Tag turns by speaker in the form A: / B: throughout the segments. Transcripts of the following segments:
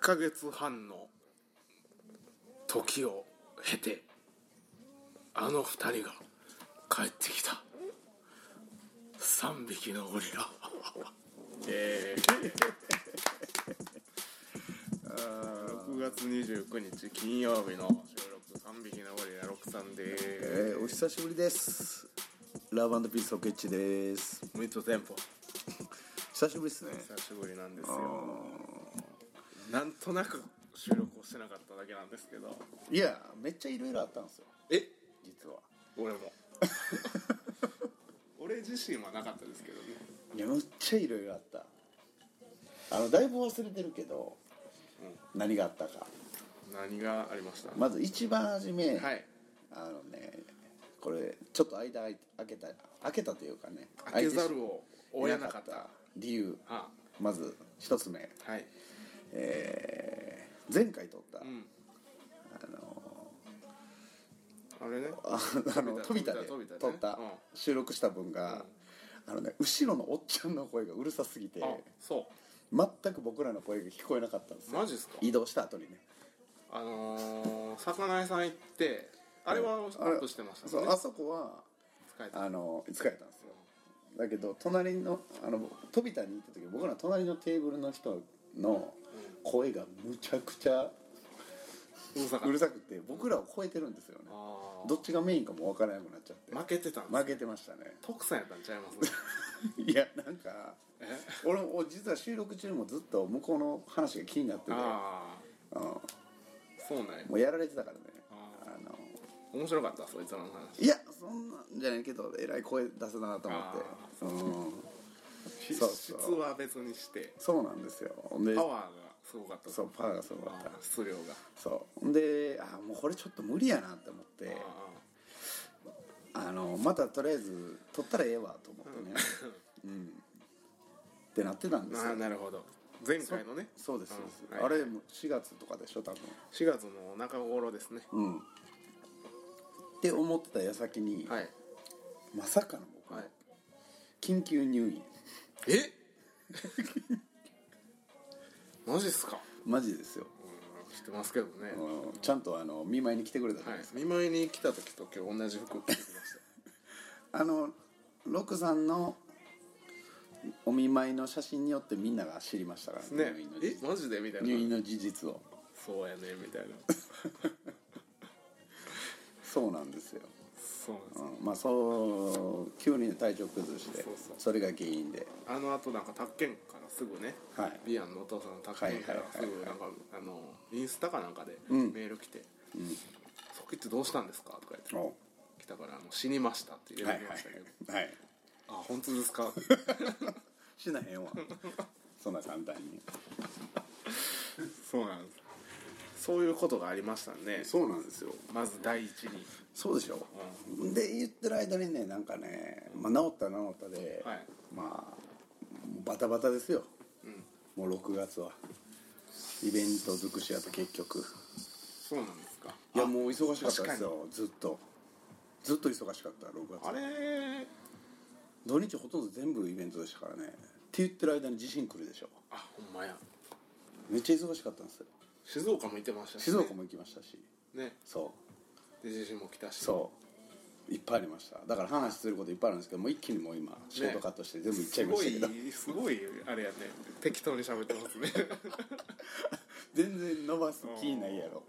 A: ヶ月半の時を経てあの二人が帰ってきた3匹のゴリラえー、あー6月29日金曜日の収録3匹のゴリラ6さんで
B: え
A: ー
B: ーお久しぶりですラブピースオケッチです
A: すミッドテンポ
B: 久しぶりですね
A: 久しぶりなんですよなんとなく収録をしてなかっただけなんですけど
B: いやめっちゃいろいろあったんですよ
A: え
B: 実は
A: 俺も 俺自身はなかったですけどね
B: いやめっちゃいろいろあったあのだいぶ忘れてるけど、何があったか
A: 何がありました
B: まず一番初め、
A: はい
B: あのねこれちょっと間開い開けた開けたというかね
A: 開けざるを追えなかった
B: 理由
A: あ
B: まず一つ目
A: はい
B: えー前回撮った、
A: ん
B: あの
A: あれね
B: ああの
A: 飛
B: 飛
A: び
B: び
A: た
B: たで
A: 飛びたね
B: 撮った
A: うん
B: 収録した分が、あのね後ろのおっちゃんの声がうるさすぎて
A: あそ
B: 全く僕らの声が聞こえなかったんです
A: う
B: よ
A: マジっすか
B: 移動した後にね
A: あのー、魚屋さん行ってあれはカ
B: あれ
A: ットしてました
B: そ
A: もん
B: う
A: ね
B: あそこは
A: 使えた
B: あの疲れたんですよだけど隣のあの飛田に行った時僕ら隣のテーブルの人の声がむちゃくちゃ
A: うるさか
B: う
A: っ
B: る
A: た
B: さくて僕らを超えてるんですよね
A: あ
B: どっちがメインかも分からなくなっちゃって
A: ー負けてたんです
B: 負けてましたね
A: 徳さんやったんちゃいます
B: いやなんか
A: え
B: 俺も実は収録中もずっと向こうの話が気になってて、
A: あ
B: うんも
A: あそうなんや
B: うやられてたからね
A: あ
B: あの
A: 面白かったそいつらの話
B: いやそんなんじゃないけどえらい声出せたなと思ってうんそう
A: 質
B: そう
A: は別にして
B: そうなんですよほんで
A: パワーがすごかった
B: そうパワーがすごかった
A: あー質量が
B: そうほんであもうこれちょっと無理やなって思って
A: あ
B: あのまたとりあえず撮ったらええわと思ってね うん、ってなってたん
A: ー
B: です
A: あ
B: よ
A: ーなるほど前回のね
B: そうですそうです、
A: うんはい
B: あれも4月とかでしょ多分
A: 4月の中頃ですね
B: うんって思ってた矢先に、
A: はい
B: まさかの僕、
A: はい
B: 緊急入院
A: え マジっすか
B: マジですよ、
A: うん知ってますけどね
B: あのちゃんとあの見舞いに来てくれたじゃ
A: は
B: ない
A: い
B: です
A: 見舞いに来た時と今日同じ服着てきまし
B: か、あのロクさんのお見舞いの写真によってみんなが知りましたから、
A: たね
B: 入院の事
A: え
B: 実
A: マジでみたいな
B: 入院の事実を
A: そうやねみたいな
B: そうなんですよ、
A: そうなんです
B: うん、まあそう急に体調崩し
A: そ
B: て
A: うそう
B: それが原因で
A: あのあとなんか宅建からすぐね
B: はい
A: ビアンのお父さんの宅建からす
B: はいはい
A: ぐ
B: はいはい
A: なんかあのインスタかなんかでメ
B: うん
A: ール来て「そきってどうしたんですか?」とか言って
B: お
A: 来たからあの「死にました」って入
B: は
A: れ
B: い
A: てきましたけど
B: はいはい
A: あ本当ですか
B: しなへ んわそんな簡単に
A: そうなんですそういうことがありましたね
B: そうなんですよ
A: まず第一に
B: そうでしょ、で言ってる間にねなんかね、まあ、治った治ったで、
A: はい
B: まあもうバタバタですよ、もう6月はイベント尽くしやと結局
A: そうなんですか
B: いやもう忙しかったですよずっとずっと忙しかった6月
A: あれ
B: 土日ほとんど全部イベントでしたからねって言ってる間に地震来るでしょ
A: あほんまや
B: めっちゃ忙しかったんですよ
A: 静岡も行ってましたしね
B: 静岡も行きましたし
A: ね
B: そう
A: で地震も来たし
B: そういっぱいありましただから話することいっぱいあるんですけどもう一気にもう今仕事カットして全部いっちゃいましたけど、
A: すごいすごいあれやね適当に喋ってます ね
B: 全然伸ばす気ないやろ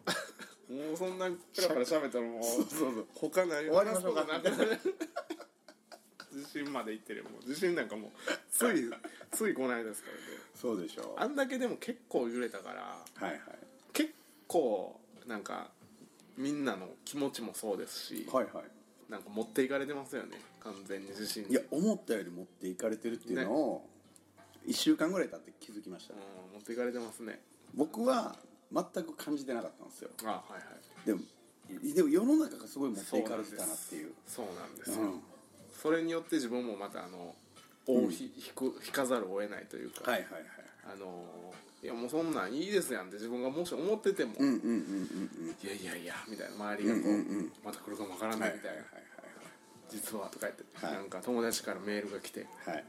A: もうそんなペラペラ喋ったらもう
B: そうそうそう
A: 他何
B: 終わりましょうか
A: 話すことなくなる地震まで行ってるよもう地震なんかもうついついこないですからね
B: そうでしょう
A: あんだけでも結構揺れたから
B: はいはい
A: 結構なんかみんなの気持ちもそうですし、
B: はいはい
A: なんか持っていかれてますよね完全に自信
B: いや思ったより持っていかれてるっていうのを1週間ぐらい経って気づきました、ね、
A: うん持っていかれてますね
B: 僕は全く感じてなかったんですよ
A: あはいはい
B: でもいでも世の中がすごい持っていかれてたなっていう
A: そうなんです
B: う
A: よ、
B: ん
A: それによって自分もまたあの尾をひ引く引かざるを得ないというか、
B: はいはいはい
A: あのーいやもうそんなんいいですやんって自分がもし思ってても、
B: うんうんうんうんうん
A: いやいやいやみたいな周りがこう,、また来るかもわから
B: は
A: ないい
B: はい
A: みたいな、実はとか言って、
B: はい
A: なんか友達からメールが来て
B: はいはい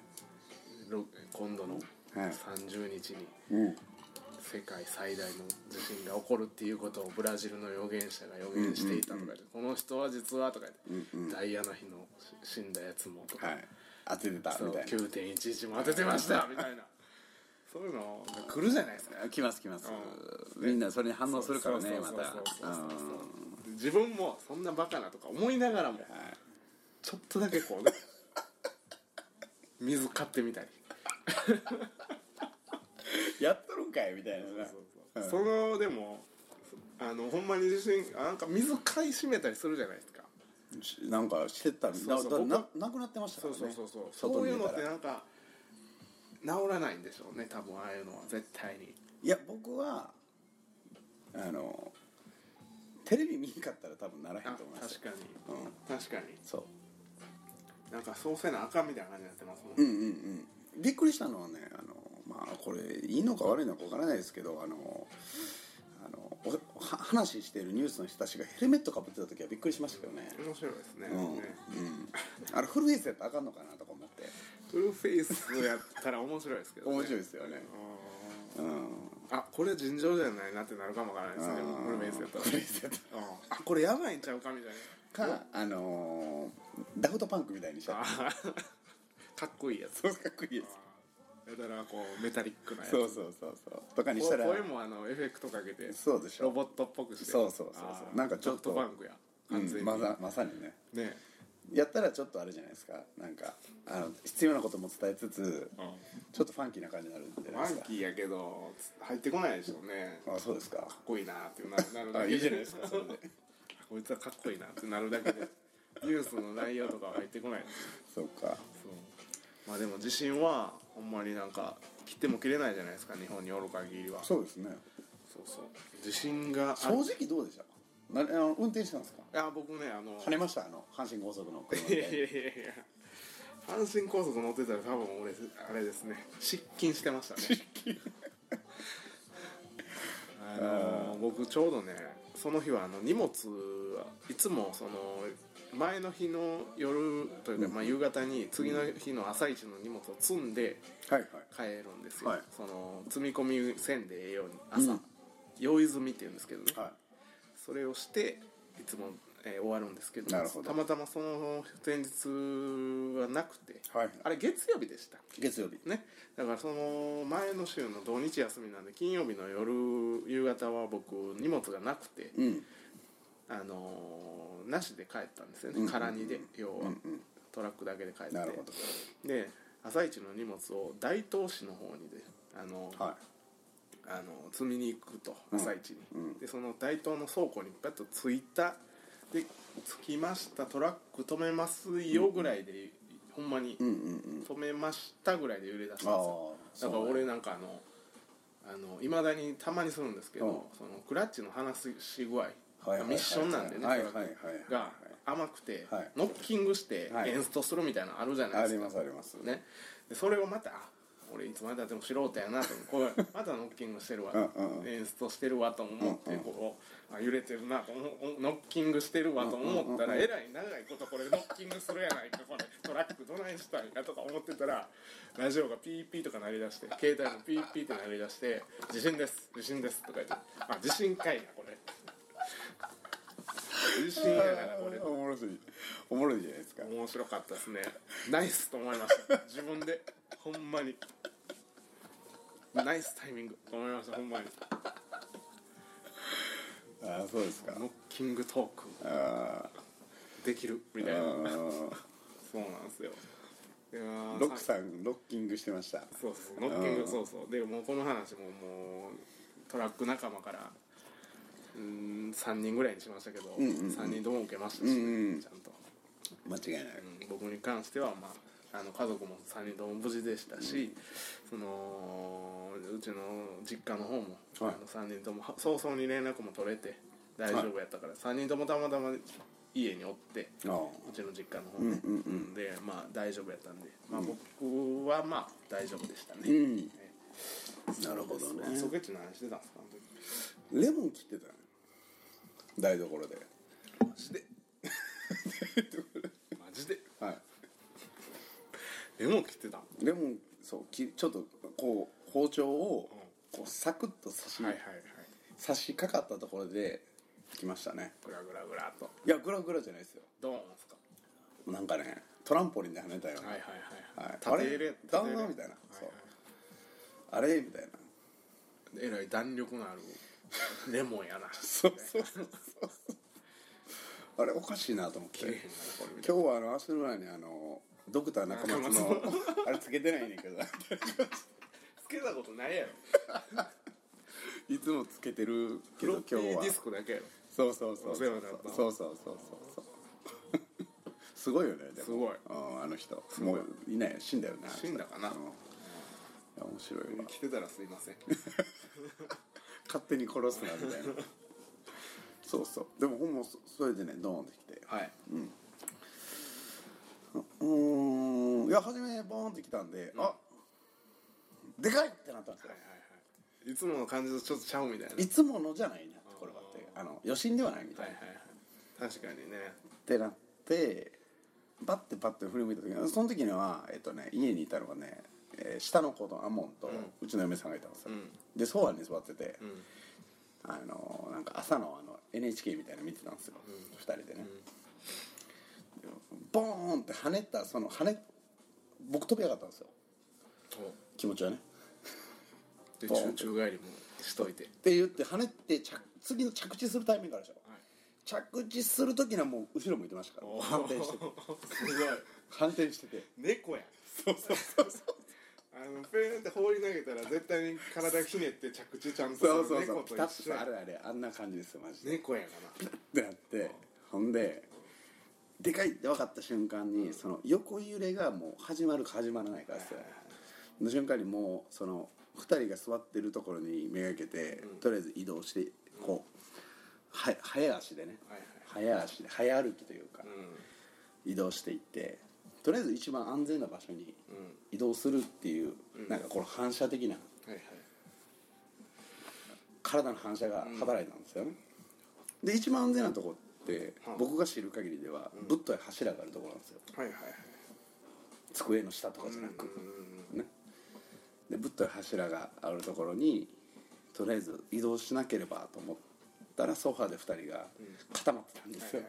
A: ろ今度の
B: はい
A: 30日に
B: うん
A: 世界最大の地震が起こるっていうことをブラジルの預言者が予言していたとか言って、この人は実はとか言って、ダイアナ妃の死んだやつもとか、
B: はい当ててた
A: そう
B: みたいな
A: 9.11も当ててましたみたい なそういうのが来るじゃないですか
B: 来ます来ます
A: うん
B: みんなそれに反応するからね
A: そう
B: ま
A: そうそうそう
B: たうん
A: 自分もそんなバカなとか思いながらも
B: はい
A: ちょっとだけこうね水買ってみたり
B: やっとるんかいみたいなな
A: そうそうそのでもあのほんまに地震あなんか水買い占めたりするじゃないですか
B: しなんかしてたみたい
A: そうそう
B: な
A: 僕
B: ななくなってましたか
A: そう
B: らね
A: そうそうそうそ
B: 外
A: う
B: に
A: いう
B: 出
A: のったてな
B: ら
A: んか治らないんでしょうね多分ああいうのは絶対に
B: いや僕はあのテレビ見んかったら多分ならへん
A: あ
B: と思います
A: 確かに
B: うん
A: 確かに
B: そう
A: なんかそうせなあかんみたいな感じになってますもん、
B: う
A: ね
B: んうんうんびっくりしたのはねあのまあこれいいのか悪いのかわからないですけどあのあのおは話してるニュースの人たちがヘルメットかぶってた時はびっくりしましたけどね
A: 面白いですね,、
B: うん、うん
A: ね、
B: あれフルフェイスやったらあかんのかなとか思って
A: トゥルーフェイスやったら面白いですけど、ね、
B: 面白い
A: い
B: ですよねうん
A: あこれ尋常じゃないなってなるかもわからないですねフルフェイスやったら
B: フルフェイスやった
A: うんあこれやばいんちゃうかみたい
B: らかあのーダフトパンクみたいにしち
A: な
B: ゃっ
A: あーかっこいいやつ
B: てそうかっこいいです
A: だからこうメタリックなやつ
B: そうそうそうそうとかにしたら
A: こ声もあのエフェクトかけて
B: そうでしょ
A: ロボットっぽくして
B: そうそうそうそう
A: あー
B: なんかちょっと
A: ソフトバンクや
B: う
A: 完全
B: ん、
A: に、
B: まさまさにね
A: ね
B: やったらちょっとあれじゃないですかなんかあの必要なことも伝えつつちょっとファンキーな感じになるんじゃない
A: マ
B: です
A: ン
B: か
A: キーやけど入ってこないでしょうねかっ
B: あそうですか
A: こいいなってななるだ
B: あ
A: け
B: いいじゃないですかそ れで
A: こいつはかっこいいなってなるだけでニュースの内容とかは入ってこないです
B: そうか
A: そうまあでも地震はほんまになんか切っても切れないじゃないですか日本におる限りは
B: そうですね
A: そうそう地震が
B: 正直どうでしたなあの運転してたんですか
A: ああ僕ねあの
B: 跳ねましたあの阪神高速の車
A: い やいやい
B: で
A: やいや阪神高速乗ってたら多分俺あれですね失禁してましたね失禁あのー僕ちょうどねその日はあの荷物はいつもその前の日の夜というか、まあ、夕方に次の日の朝一の荷物を積んで
B: はいはい
A: 帰るんですよ、
B: はい
A: その積み込みせんでええように朝、
B: うん
A: 用意済みって言うんですけどね、
B: は
A: それをしていつも、えー終わるんですけど
B: なるほど
A: たまたまその前日はなくて、
B: い、はい、
A: あれ月曜日でしたっけ
B: 月曜日
A: ねだからその前の週の土日休みなんで金曜日の夜夕方は僕荷物がなくて、
B: うん
A: あのーなしで帰ったんですよね、
B: うんうん
A: 空にで要は、
B: うんうん
A: トラックだけで帰って
B: なるほど
A: で朝一の荷物を大東市の方にであのー、
B: は
A: あの積みに行くと
B: うん
A: 朝一に、
B: うん
A: でその大東の倉庫にパッと着いたで着きましたトラック止めますよぐらいで、ほんまに
B: いうんうんうん
A: 止めましたぐらいで揺れ出したんです
B: ああ
A: よだから俺
B: の
A: なんかあのあの未だにたまにするんですけど、
B: うん
A: そのクラッチの離し具合、ミッションなんでね、
B: はい
A: ト
B: は
A: ラ
B: い
A: ッ
B: はい
A: クが甘くて、
B: はい
A: ノッキングして
B: はい
A: エンストするみたいなのあるじゃない
B: あ
A: ですか、
B: りますあります
A: ね、でそれをまたあ俺いつまでたっても素人やなと思 ってこれまたノッキングしてるわ
B: うんうん
A: 演出してるわと思って
B: うんうん
A: こうあ揺れてるなと思うノッキングしてるわと思ったら
B: うんうんうん
A: えらい長いことこれノッキングするやないかこれトラックどないしたんやとか思ってたらラジオがピーピーとか鳴り出して携帯もピーピーって鳴り出して「地震です地震です」とか言って「あ地震かいなこれ」地震やなこれ
B: おもろいおもろいじゃないですか
A: 面白かったですねナイスと思いました自分でほんまにナイスタイミングと思いましたほんまに
B: ああそうですか
A: ノッキングトーク
B: あ
A: できるみ
B: あ
A: たいな
B: うん
A: そうなんですよいやー
B: ロックさんロッキングしてました
A: そうそうノッキン
B: う
A: グ
B: ん
A: そうそうでもうこの話ももうトラック仲間からうーん3人ぐらいにしましたけど、
B: んうんうん
A: 3人とも受けましたし、
B: うんうん
A: ちゃんと、
B: 間違いない
A: うん、僕に関しては、まあ、あの家族も3人とも無事でしたし、そのうちの実家の方も、
B: はい
A: あの3人ともは早々に連絡も取れて大丈夫やったから、3人ともたまたま家におって。
B: ああ
A: うちの実家の方で,、
B: うんうんうん
A: でまあ大丈夫やったんで、まあ、僕はまあ大丈夫でしたね、
B: うんなるほどね
A: ソケッチの話してたんですかあの
B: レモン切ってたの台所で
A: 時マジで マジで
B: はい
A: レモン切ってた
B: レモンそうきちょっとこう包丁を
A: う
B: こうサクッと差し,、
A: はいはいはい
B: 差し掛かったところで来ましたね
A: グラグラグラっと
B: いやグラグラじゃないですよ
A: ドーンっすか
B: なんかねトランポリンで跳ねたよ、うな
A: はいはいはい
B: はい
A: 縦
B: あ
A: 入
B: れ
A: れ
B: 弾
A: 縦入れ
B: 丸みたいな
A: は
B: そうあれみたいな
A: はいえらい弾力のあるレモンや な
B: そうそうそう あれおかしいなと思って
A: 切れへんなこれみたい
B: 今日はあの足の裏にあのドクター中松の
A: 中
B: あれつけてないねんけど
A: なつけたことないやろ
B: いつもつけてるけ
A: フロ
B: ど今
A: ッ
B: 日
A: ピー
B: は
A: ディスクだけやろ
B: そうそうそう
A: お世話になった
B: そうそうそうそうすごいよねでも
A: すごい
B: うんあの人も
A: ごいう
B: いない死んだよねあの人
A: 死んだかな
B: うんいや面白いわ
A: 来てたらすいません
B: 勝手に殺すなみたいなそうそうでもほんまそそれでねドーンってきて
A: はい、
B: うーんいや初めボーンってきたんで、あでかいってなったんですよ
A: いつもの感じとちょっとちゃうみたいない
B: つものじゃないなこれはってあの余震ではないみたい
A: は
B: な、
A: いはいはい確かにね
B: ってなってバッてパッて振り向いた時にその時には、えっとね、家にいたのがね、えー下の子とアモンと、うちの嫁さんがいたんですよ、でソファに座ってて、あのーなんか朝のあの NHK みたいなの見てたんですよ、二2人でね、ボーンって跳ねたその跳ね僕飛び上がったんですよ気持ちはね
A: で
B: ボー
A: 宙
B: ン
A: 宙返りもしといて
B: って言って跳ねて着次の着地するタイミングあるでしょ、
A: はい
B: 着地する時にはもう後ろ向いてましたから反転してて
A: すごい
B: 反転してて
A: 猫や
B: そうそうそうそう
A: あのペーンって放り投げたら絶対に体ひねって着地ちゃんとする
B: そうそうそ
A: 猫と
B: うピタッと
A: 一緒
B: さ
A: や
B: あれあれあんな感じですよマジで、
A: 猫やか
B: ってなってほんででかいって分かった瞬間にその横揺れがもう始まるか始まらないかですよの瞬間にもうその2人が座ってるところにめがけて、とりあえず移動してこうは早足でね、
A: はい
B: 早足で早歩きというか、
A: なうん
B: 移動していってとりあえず一番安全な場所に移動するっていう、なんかこの反射的な
A: はいはい
B: 体の反射が働いたんですよね、で一番安全なとこって、
A: はい
B: 僕が知る限りでは、ぶっとい柱があるところなんですよ
A: はいはい
B: 机の下とかじゃなく、ね、でぶっとい柱があるところにとりあえず移動しなければと思ったらソファーで2人が固まってたんですよ、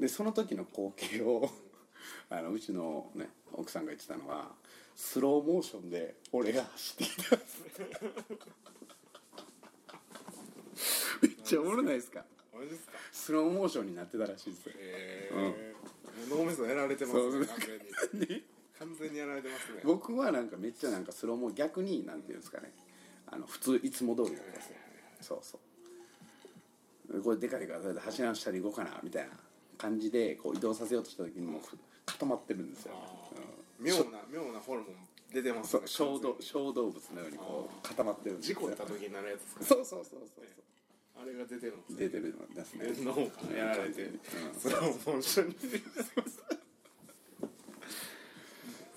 B: でその時の光景を あのうちの、ね、奥さんが言ってたのはスローモーションで俺が走ってきたんですめっちゃおもろないですか
A: あれですか
B: スローモーションになってたらしいですよ
A: ええ脳みそやられてます
B: そう
A: ね完全に
B: ね
A: 完全にやられてますね
B: 僕はなんかめっちゃなんかスローモー逆になんていうんですかねあの普通いつも通りなんですよそうそうこれでかいからとりあえず柱の下に行こうかなみたいな感じでこう移動させようとした時にもう固まってるんですよ、うん
A: 妙な妙なホルモン出てます
B: そ
A: ね
B: う小動小動物のようにこう固まってるんです
A: 事
B: よ
A: 故った時になるやつですか
B: そうそうそうそうそ
A: あれが出てるんです
B: う出てるんですね
A: 脳がやられてそれをモーションに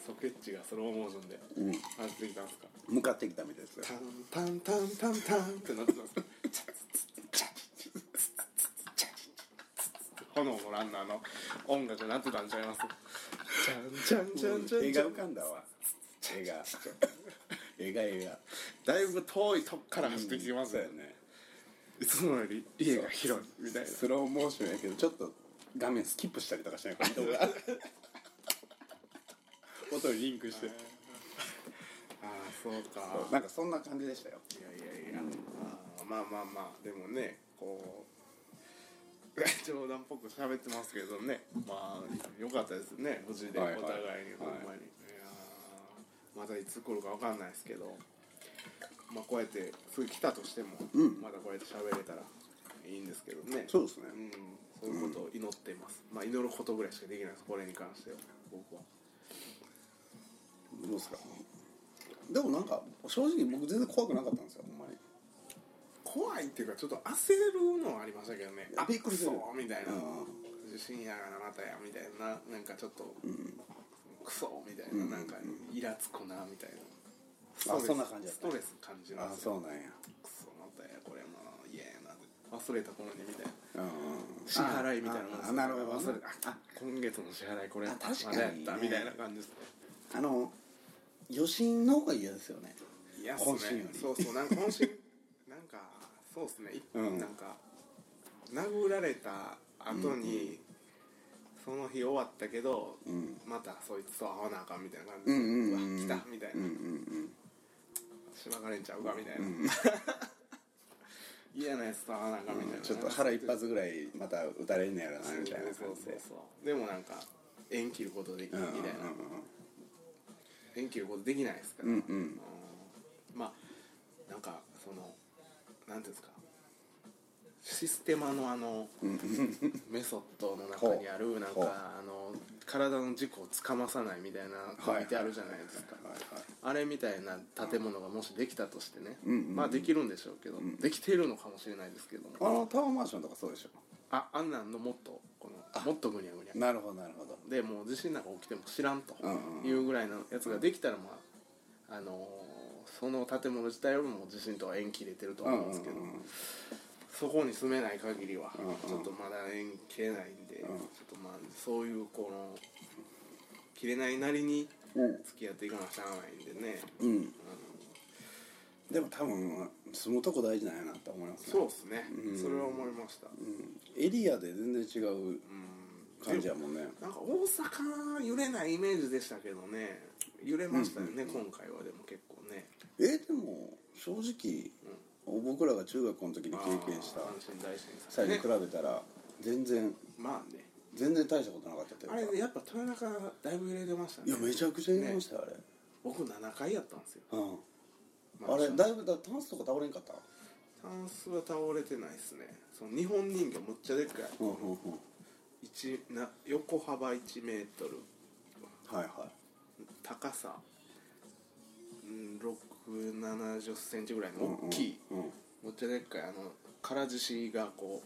A: ソケッチがスローモーションで走ってきたんですか
B: 向かってきたみたいですよ
A: タンタンタンタンタンってなってたんですか炎のランナーの音楽になってたんちゃいますチャンチャンチャン
B: 映
A: チ
B: 画
A: ャン
B: 浮かんだわ映画映画映 画
A: だいぶ遠いとこから走ってきてます
B: そう
A: よ
B: やね
A: いつもより家が広いみたいな
B: スローモーションやけどちょっと画面スキップしたりとかしないから音が音にリンクして
A: ああそうか
B: なんかそんな感じでしたよ
A: いやいやいや、あーまあまあまあでもねこう冗談っぽく喋ってますけどねまあよかったですね無事でお
B: はいは
A: 互
B: い
A: いにほんまに、いやーまたいつ来るかわかんないですけどまあこうやってすぐ来たとしても、まだこうやって喋れたらいいんですけどね
B: そうですね
A: うん、そういうことを祈っています、まあ祈ることぐらいしかできないですこれに関しては僕は
B: どうですかでもなんか正直僕全然怖くなかったんですよほんまに
A: 怖いっていうかちょっと焦るのはありましたけどね
B: やびっくりする
A: そうみたいな、
B: う
A: 地震やがなまたやみたいななんかちょっと、クソみたいな、なんかイラつくなみたいなストレス
B: そんな感じだっ
A: ス
B: た
A: トレス感じま
B: あ
A: すよ
B: そうなんや
A: クソまたやこれもう嫌やな忘れた頃にみたいな
B: うん
A: 支払いみたいなもんです
B: ああなるほど
A: 忘れた
B: あ
A: あ今月の支払いこれ
B: あ確かにね
A: まだやったみたいな感じです
B: あの余震の方が嫌ですよね
A: いやっすね
B: 本心より
A: そうそうなんか本心 なんかそうですね、い
B: うん
A: なんか殴られた後に、その日終わったけど、
B: ん
A: またそいつと会わなあかんみたいな感
B: う
A: じで、
B: んうんうんうん
A: わ来たみたい
B: うん
A: な、
B: うんうん
A: しばかれんちゃうかみたいな、嫌なやつと会わなあかんみたいな、
B: ちょっと腹一発ぐらいまた打たれんねやろなみたいな
A: そう
B: 感じ
A: そう
B: で
A: そうでもなんか縁切ることでき
B: うん
A: る
B: う
A: み
B: んうん
A: たいな、縁切ることできないですから、
B: うんうん
A: まあなんかそのなんていうんですかシステマのあのメソッドの中にあ
B: ほう
A: るなん
B: ほう
A: かあの体の軸をつかまさないみたいなコミュニティあるじゃないですか
B: はいはい
A: あれみたいな建物がもしできたとしてね
B: うんうん
A: まあできるんでしょうけどできているのかもしれないですけど
B: あ
A: も
B: のタワーマンションとかそうでしょ
A: ああんなんのもっとこのもっとぐにゃぐにゃ
B: なるほどなるほど
A: でもう地震なんか起きても知らんと
B: うんうん
A: いうぐらいのやつができたらまあ、あのーその建物自体よりも地震とは縁切れてると
B: う
A: 思うん
B: んう
A: で
B: ん
A: すけど、
B: うん
A: そこに住めない限りは
B: うんうん
A: ちょっとまだ縁切れないんで、
B: ん
A: ちょっとまあそういうこの切れないなりに
B: うん
A: 付き合っていかなしゃあないんでね、
B: うんでも多分住むとこ大事なんやなって思いますね
A: そうですね、それは思いました、
B: うんエリアで全然違う感じやもんね
A: なんか大阪揺れないイメージでしたけどね揺れましたよね、今回はでも結構ね
B: えでも正直僕らが中学校の時に経験した
A: あー阪神大震災
B: 際に
A: ね
B: 比べたら全然
A: まあね
B: 全然大したことなかったという
A: あ
B: か
A: れねやっぱ豊中だいぶ揺れてましたね
B: いやめちゃくちゃ言いましたよあれ
A: 僕7階やったんですよ、
B: うんあれだいぶだタンスとか倒れんかった
A: タンスは倒れてないですねその日本人形むっちゃでっかい
B: うんうんうん
A: 一な横幅1メートル
B: はいは
A: 高さ6 7 0センチぐらい
B: い
A: の大きい、
B: うんうん
A: むっちゃでっかいあの唐獅子がこ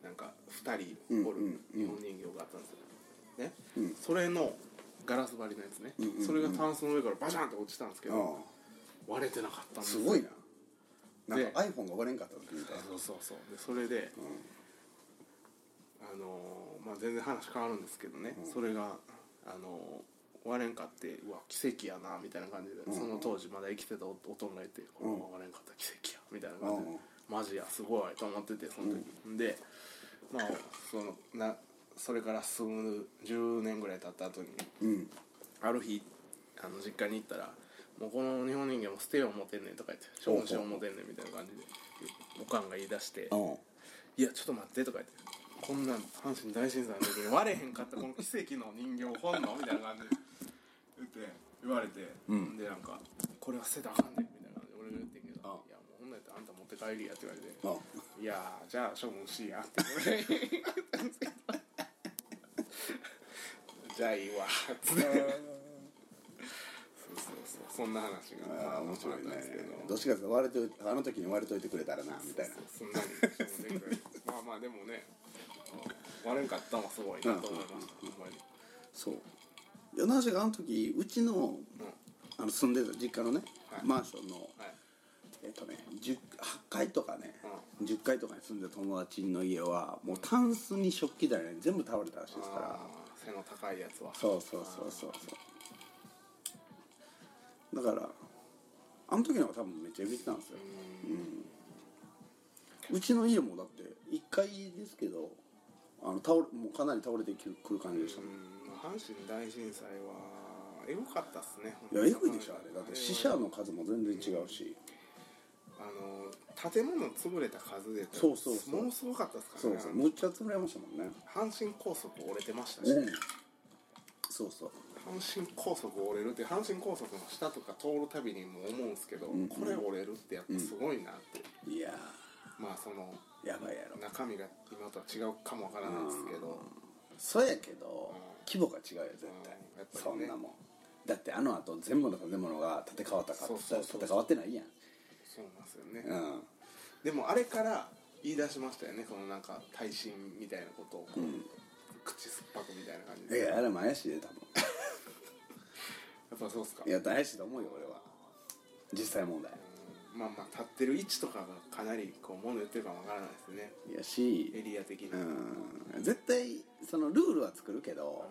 A: うなんか2人お
B: うん
A: る
B: うん
A: 日本人形があったんですよ、ね、それのガラス張りのやつね、
B: んうんうん
A: それがタンスの上からバシャンって落ちたんですけど、
B: あ
A: 割れてなかったん
B: あ
A: ですよ
B: ごいななん
A: で
B: か iPhone が割れんかった時みたいな
A: そうそうそうでそれで、あのーまあ全然話変わるんですけどね、それがあのー割れんかってうわ奇跡やなみたいな感じで、その当時まだ生きてたおおとんがいてこれは割れんかった奇跡やみたいな感じで、
B: うん
A: マジやすごいと思っててその時、でまあそのなそれから数10年ぐらい経った後に
B: うん
A: ある日あの実家に行ったら「もうこの日本人間も捨てよう思てんねん」とか言って「消
B: ほう
A: 防しよう思てんねん」みたいな感じでおかんが言い出して
B: うん
A: 「いやちょっと待って」とか言って「こんなん阪神大震災の時に割れへんかったこの奇跡の人形本能」みたいな感じで言って言われて、でなんか「これは捨てたらあかんねん」みたいな感じで俺が言ってんけど
B: あ
A: 「いやもうほんなんやったらあんた持って帰りや」って言われて
B: あ
A: いやーじゃあ処分しいやって俺言ったんですけど じゃあいいわ っつってそうそうそうそんな話が
B: ああ面白い
A: まああったん
B: ね
A: ですけど
B: どっちかっていうと割れとあの時に割れといてくれたらなみたいな
A: そんなに処分できないまあまあでもね悪んかったのはすごいなと思いましたほんまに
B: そういやなぜかあの時うちの
A: うん
B: あの住んでた実家のね、
A: はい
B: マンションの
A: はい
B: えっとね10 8階とかね、10階とかに住んでた友達の家はもうタンスに食器棚に全部倒れたらしいですから
A: あー背の高いやつは
B: そうそうそうそうそうだからあの時の方が多分めっちゃ見てたんですよ、うんうちの家もだって1階ですけどあの倒れもうかなり倒れてくる感じでしたもん
A: うんまあ阪神大震災はエゴかったっすね
B: いやエグいでしょあれだって死者の数も全然違うし
A: あの建物潰れた数で言ったら
B: そうそうそう
A: ものすごかったですから
B: そ
A: ね
B: うそうむっちゃ潰れましたもんね
A: 阪神高速折れてましたし、
B: うんそうそう
A: 阪神高速折れるって阪神高速の下とか通るたびにもう思うんですけど、
B: んうん
A: これ折れるってやっぱすごいなって、
B: いや
A: まあその
B: ーやばいやろ
A: 中身が今とは違うかもわからないですけど、
B: そうやけど規模が違うよ絶対
A: うんやっぱりね
B: そんなもんだってあのあと全部の建物が建て替わったかって言ったら
A: そうそうそう
B: 建て替わってないやん
A: そうなんですよね、
B: うん
A: でもあれから言い出しましたよねそのなんか耐震みたいなことをこう、口酸っぱくみたいな感じ
B: い
A: でや
B: やあれも怪しいで多分
A: っぱそうっすか
B: いや怪しいと思うよ俺は実際問題
A: まあまあ立ってる位置とかがかなりこう物言ってるかもわからないですね
B: いやし
A: エリア的に、
B: うん絶対そのルールは作るけど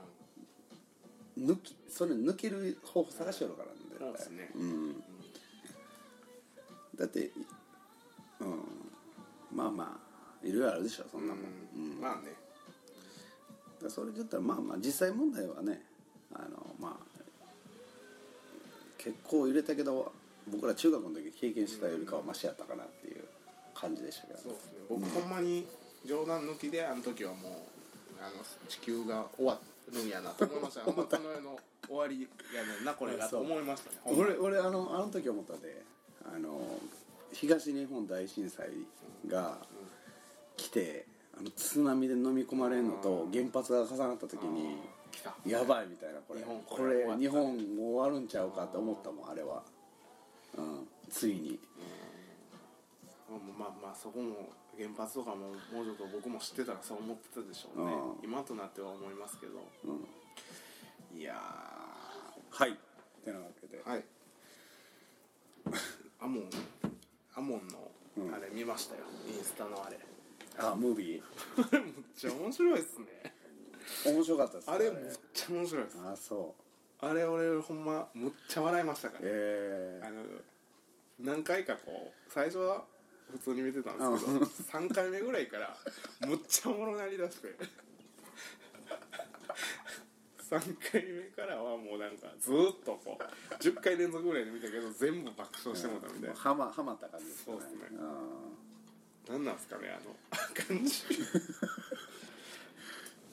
B: 抜きそれ抜ける方法探しよるからね絶対
A: そうですね
B: うんだってうんまあまあいろいろあるでしょそんなもん、
A: うんまあね
B: だからそれで言ったらまあまあ実際問題はねあのまあ結構入れたけど僕ら中学の時経験してたよりかはマシやったかなっていう感じでしたけど、
A: そうですね僕ほんまに冗談抜きであの時はもうあの地球が終わるんやなと思いましたほんまこの世の終わりやねんな これが
B: そ
A: と
B: う
A: 思いましたねほんま
B: 俺俺あのあの時思ったであの東日本大震災が来てあの津波で飲み込まれるのと原発が重なった時に
A: 来た
B: やばいみたいなこれ
A: 日本こ
B: こ
A: れ
B: れ日本終わるんちゃうかと思ったもんあれは、うん、ついに
A: まあまあまあそこも原発とかももうちょっと僕も知ってたらそう思ってたでしょうね
B: うん
A: 今となっては思いますけど、いや
B: はいってなわけで、
A: ーはい アモンアモン
B: うん
A: のあれ見ましたよ、インスタのあれ
B: あムービ
A: あれめっちゃ面白いっすね
B: ー面白かったです
A: あれめっちゃ面白いっす
B: あそう
A: あれ俺ほんまむっちゃ笑いましたから、
B: え
A: あの何回かこう最初は普通に見てたんですけ
B: う
A: ど
B: ん
A: 3回目ぐらいからむっちゃおもろなりだして3回目からはもうなんかずーっとこう10回連続ぐらいで見たけど全部爆笑してもうたみたい
B: ー、はまはまった感じですね
A: そうっすねな
B: うん
A: なんなんすかねあの感じ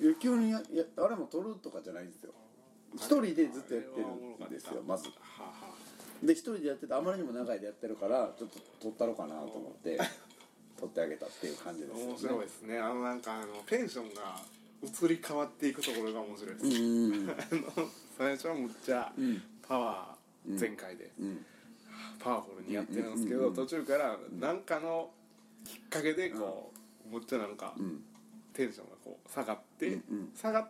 B: いや急にやいやあれも撮るとかじゃないんですよ一人でずっとやって
A: あれはおもろか
B: るん
A: った
B: ですよまず
A: はあは
B: で一人でやっててあまりにも長いでやってるからちょっと撮ったろかなと思って撮ってあげたっていう感じです
A: あ
B: よね
A: 面白いですねあのなんかあのテンションが移り変わっていくところが面白いです、
B: うん
A: あの最初はむっちゃパワー全開で、
B: うん
A: パワフルにやってるんですけど、途中からなんかのきっかけでこう、むっちゃなんか、
B: ん
A: テンションがこう下がって、
B: うんうん
A: 下がっ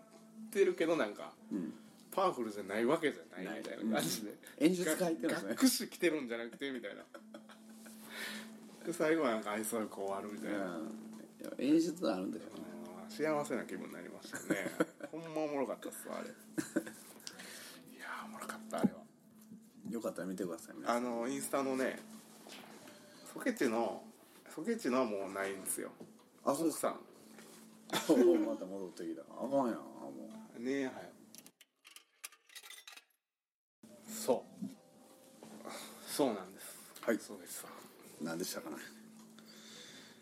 A: てるけどなんか、
B: ん
A: パワフルじゃないわけじゃないみたいな感じで、
B: うん演出家入ってます
A: が
B: ね
A: 学士来てるんじゃなくてみたいなで最後はなんか愛想よく終わるみたいな、
B: いや演出はあるんだよね
A: あー幸せな気分になりました ねほんまおもろかったっすわあれいやーおもろかったあれは
B: よかったら見てください皆さん
A: あのインスタのねソケチのソケチのはもうないんですよ
B: あそうで
A: 奥
B: す
A: さ
B: か
A: ん
B: おお また戻ってきたあかんやんあも
A: ねえはよそうそうなんです
B: はい
A: そうですわ
B: う何でしたかな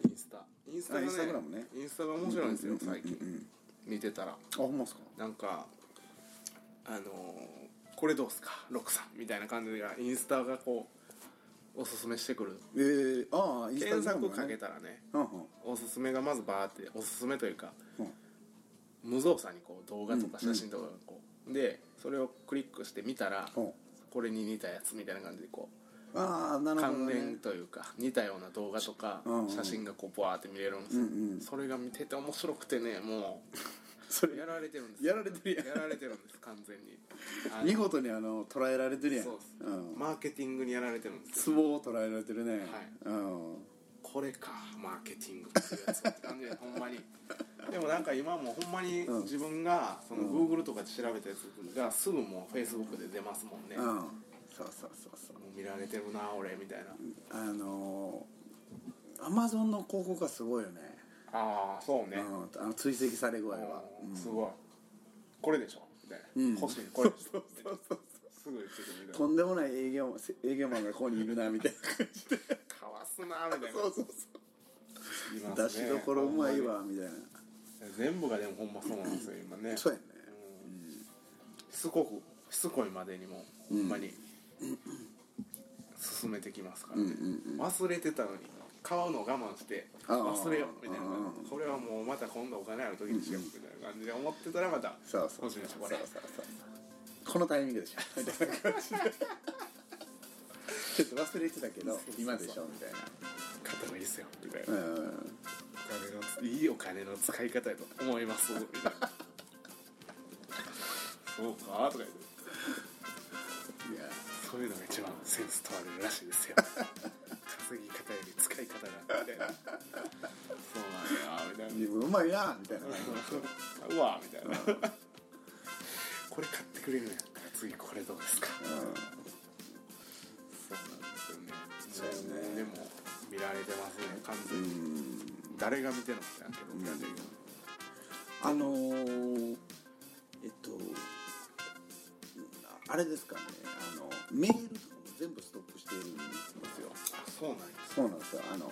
A: インスタインスタがね
B: あインスタグラムね
A: インスタが面白いんですよ最近、見てたら
B: あほんまっすか
A: なんかあのーこれどうすかロックさんみたいな感じでインスタがこうおすすめしてくる
B: えー、ああインスタ
A: 検
B: グラム
A: 索
B: ね
A: かけたらね
B: うんうん
A: おすすめがまずバーっておすすめというか
B: うん
A: 無造作にこう動画とか写真とかがこう、でそれをクリックして見たら、
B: うん
A: これに似たやつみたいな感じでこう
B: ああなるほど、
A: 関
B: ね、
A: 連というか似たような動画とか
B: うんうん
A: 写真がこうバーって見れるんですよ、それが見てて面白くてねも
B: そうれ
A: やられてるんです
B: やられてるやん
A: やられてるんです完全にあの
B: 見事にあの捉えられてるやん
A: そうです、
B: ん、
A: マーケティングにやられてるんですよ
B: ツボを捉えられてるね、うん
A: これかマーケティングっていうやつって感じ でほんまにでもなんか今もうほんまに
B: うん
A: 自分がその Google とかで調べたやつがすぐもう Facebook で出ますもんね、
B: う
A: も
B: んそうそうそうそう
A: う見られてるな俺みたいな
B: あのアマゾンの広告がすごいよね
A: ああそうね、
B: うん、あの追跡され具合は
A: うんすごいこれでしょみたいな、
B: ん
A: 欲しいこれでしょ
B: そうそうそう
A: すぐ言ってくるみたい
B: とんでもない営業営業マンがここにいるなみたいな感じで
A: なかわすなみたいな
B: そうそう
A: いま
B: そう出
A: す
B: し
A: ね
B: どころうまいわみたいな
A: 全部がでもほんまそうなんですよ今ね
B: そうやね
A: しつこくしつこいまでにもほんまに進めてきますからね、忘れてたのに買うの我慢して
B: あー
A: 忘れようみたいな
B: あ
A: これはもうまた今度お金ある時にしようみたいな感じで思ってたらまた
B: そうそう
A: 欲しい
B: そう
A: でし
B: そ
A: ょ
B: う
A: こ
B: そ
A: れ
B: うこのタイミングでしょみたいな感じでちょっと忘れてたけど今でしょみたい
A: 買った方がいいですよみたいな、
B: なう
A: お
B: ん
A: 金のいいお金の使い方やと思いますみたいなそうかとか言って
B: いや
A: そういうのが一番センス問われるらしいですよ稼ぎ方より使い方がみたいなそうなんだみ
B: 自分うまいなみたいな
A: たいなうわみたいなこれ買ってくれるんやったら次これどうですかそうなんです
B: そうやね
A: でも見られてますね完全に誰が見てるのかやけど見られてるけど
B: あのー、えっとあれですかねあのメールとかも全部ストップしているんですよ
A: あそうなんや
B: そうなんですよあの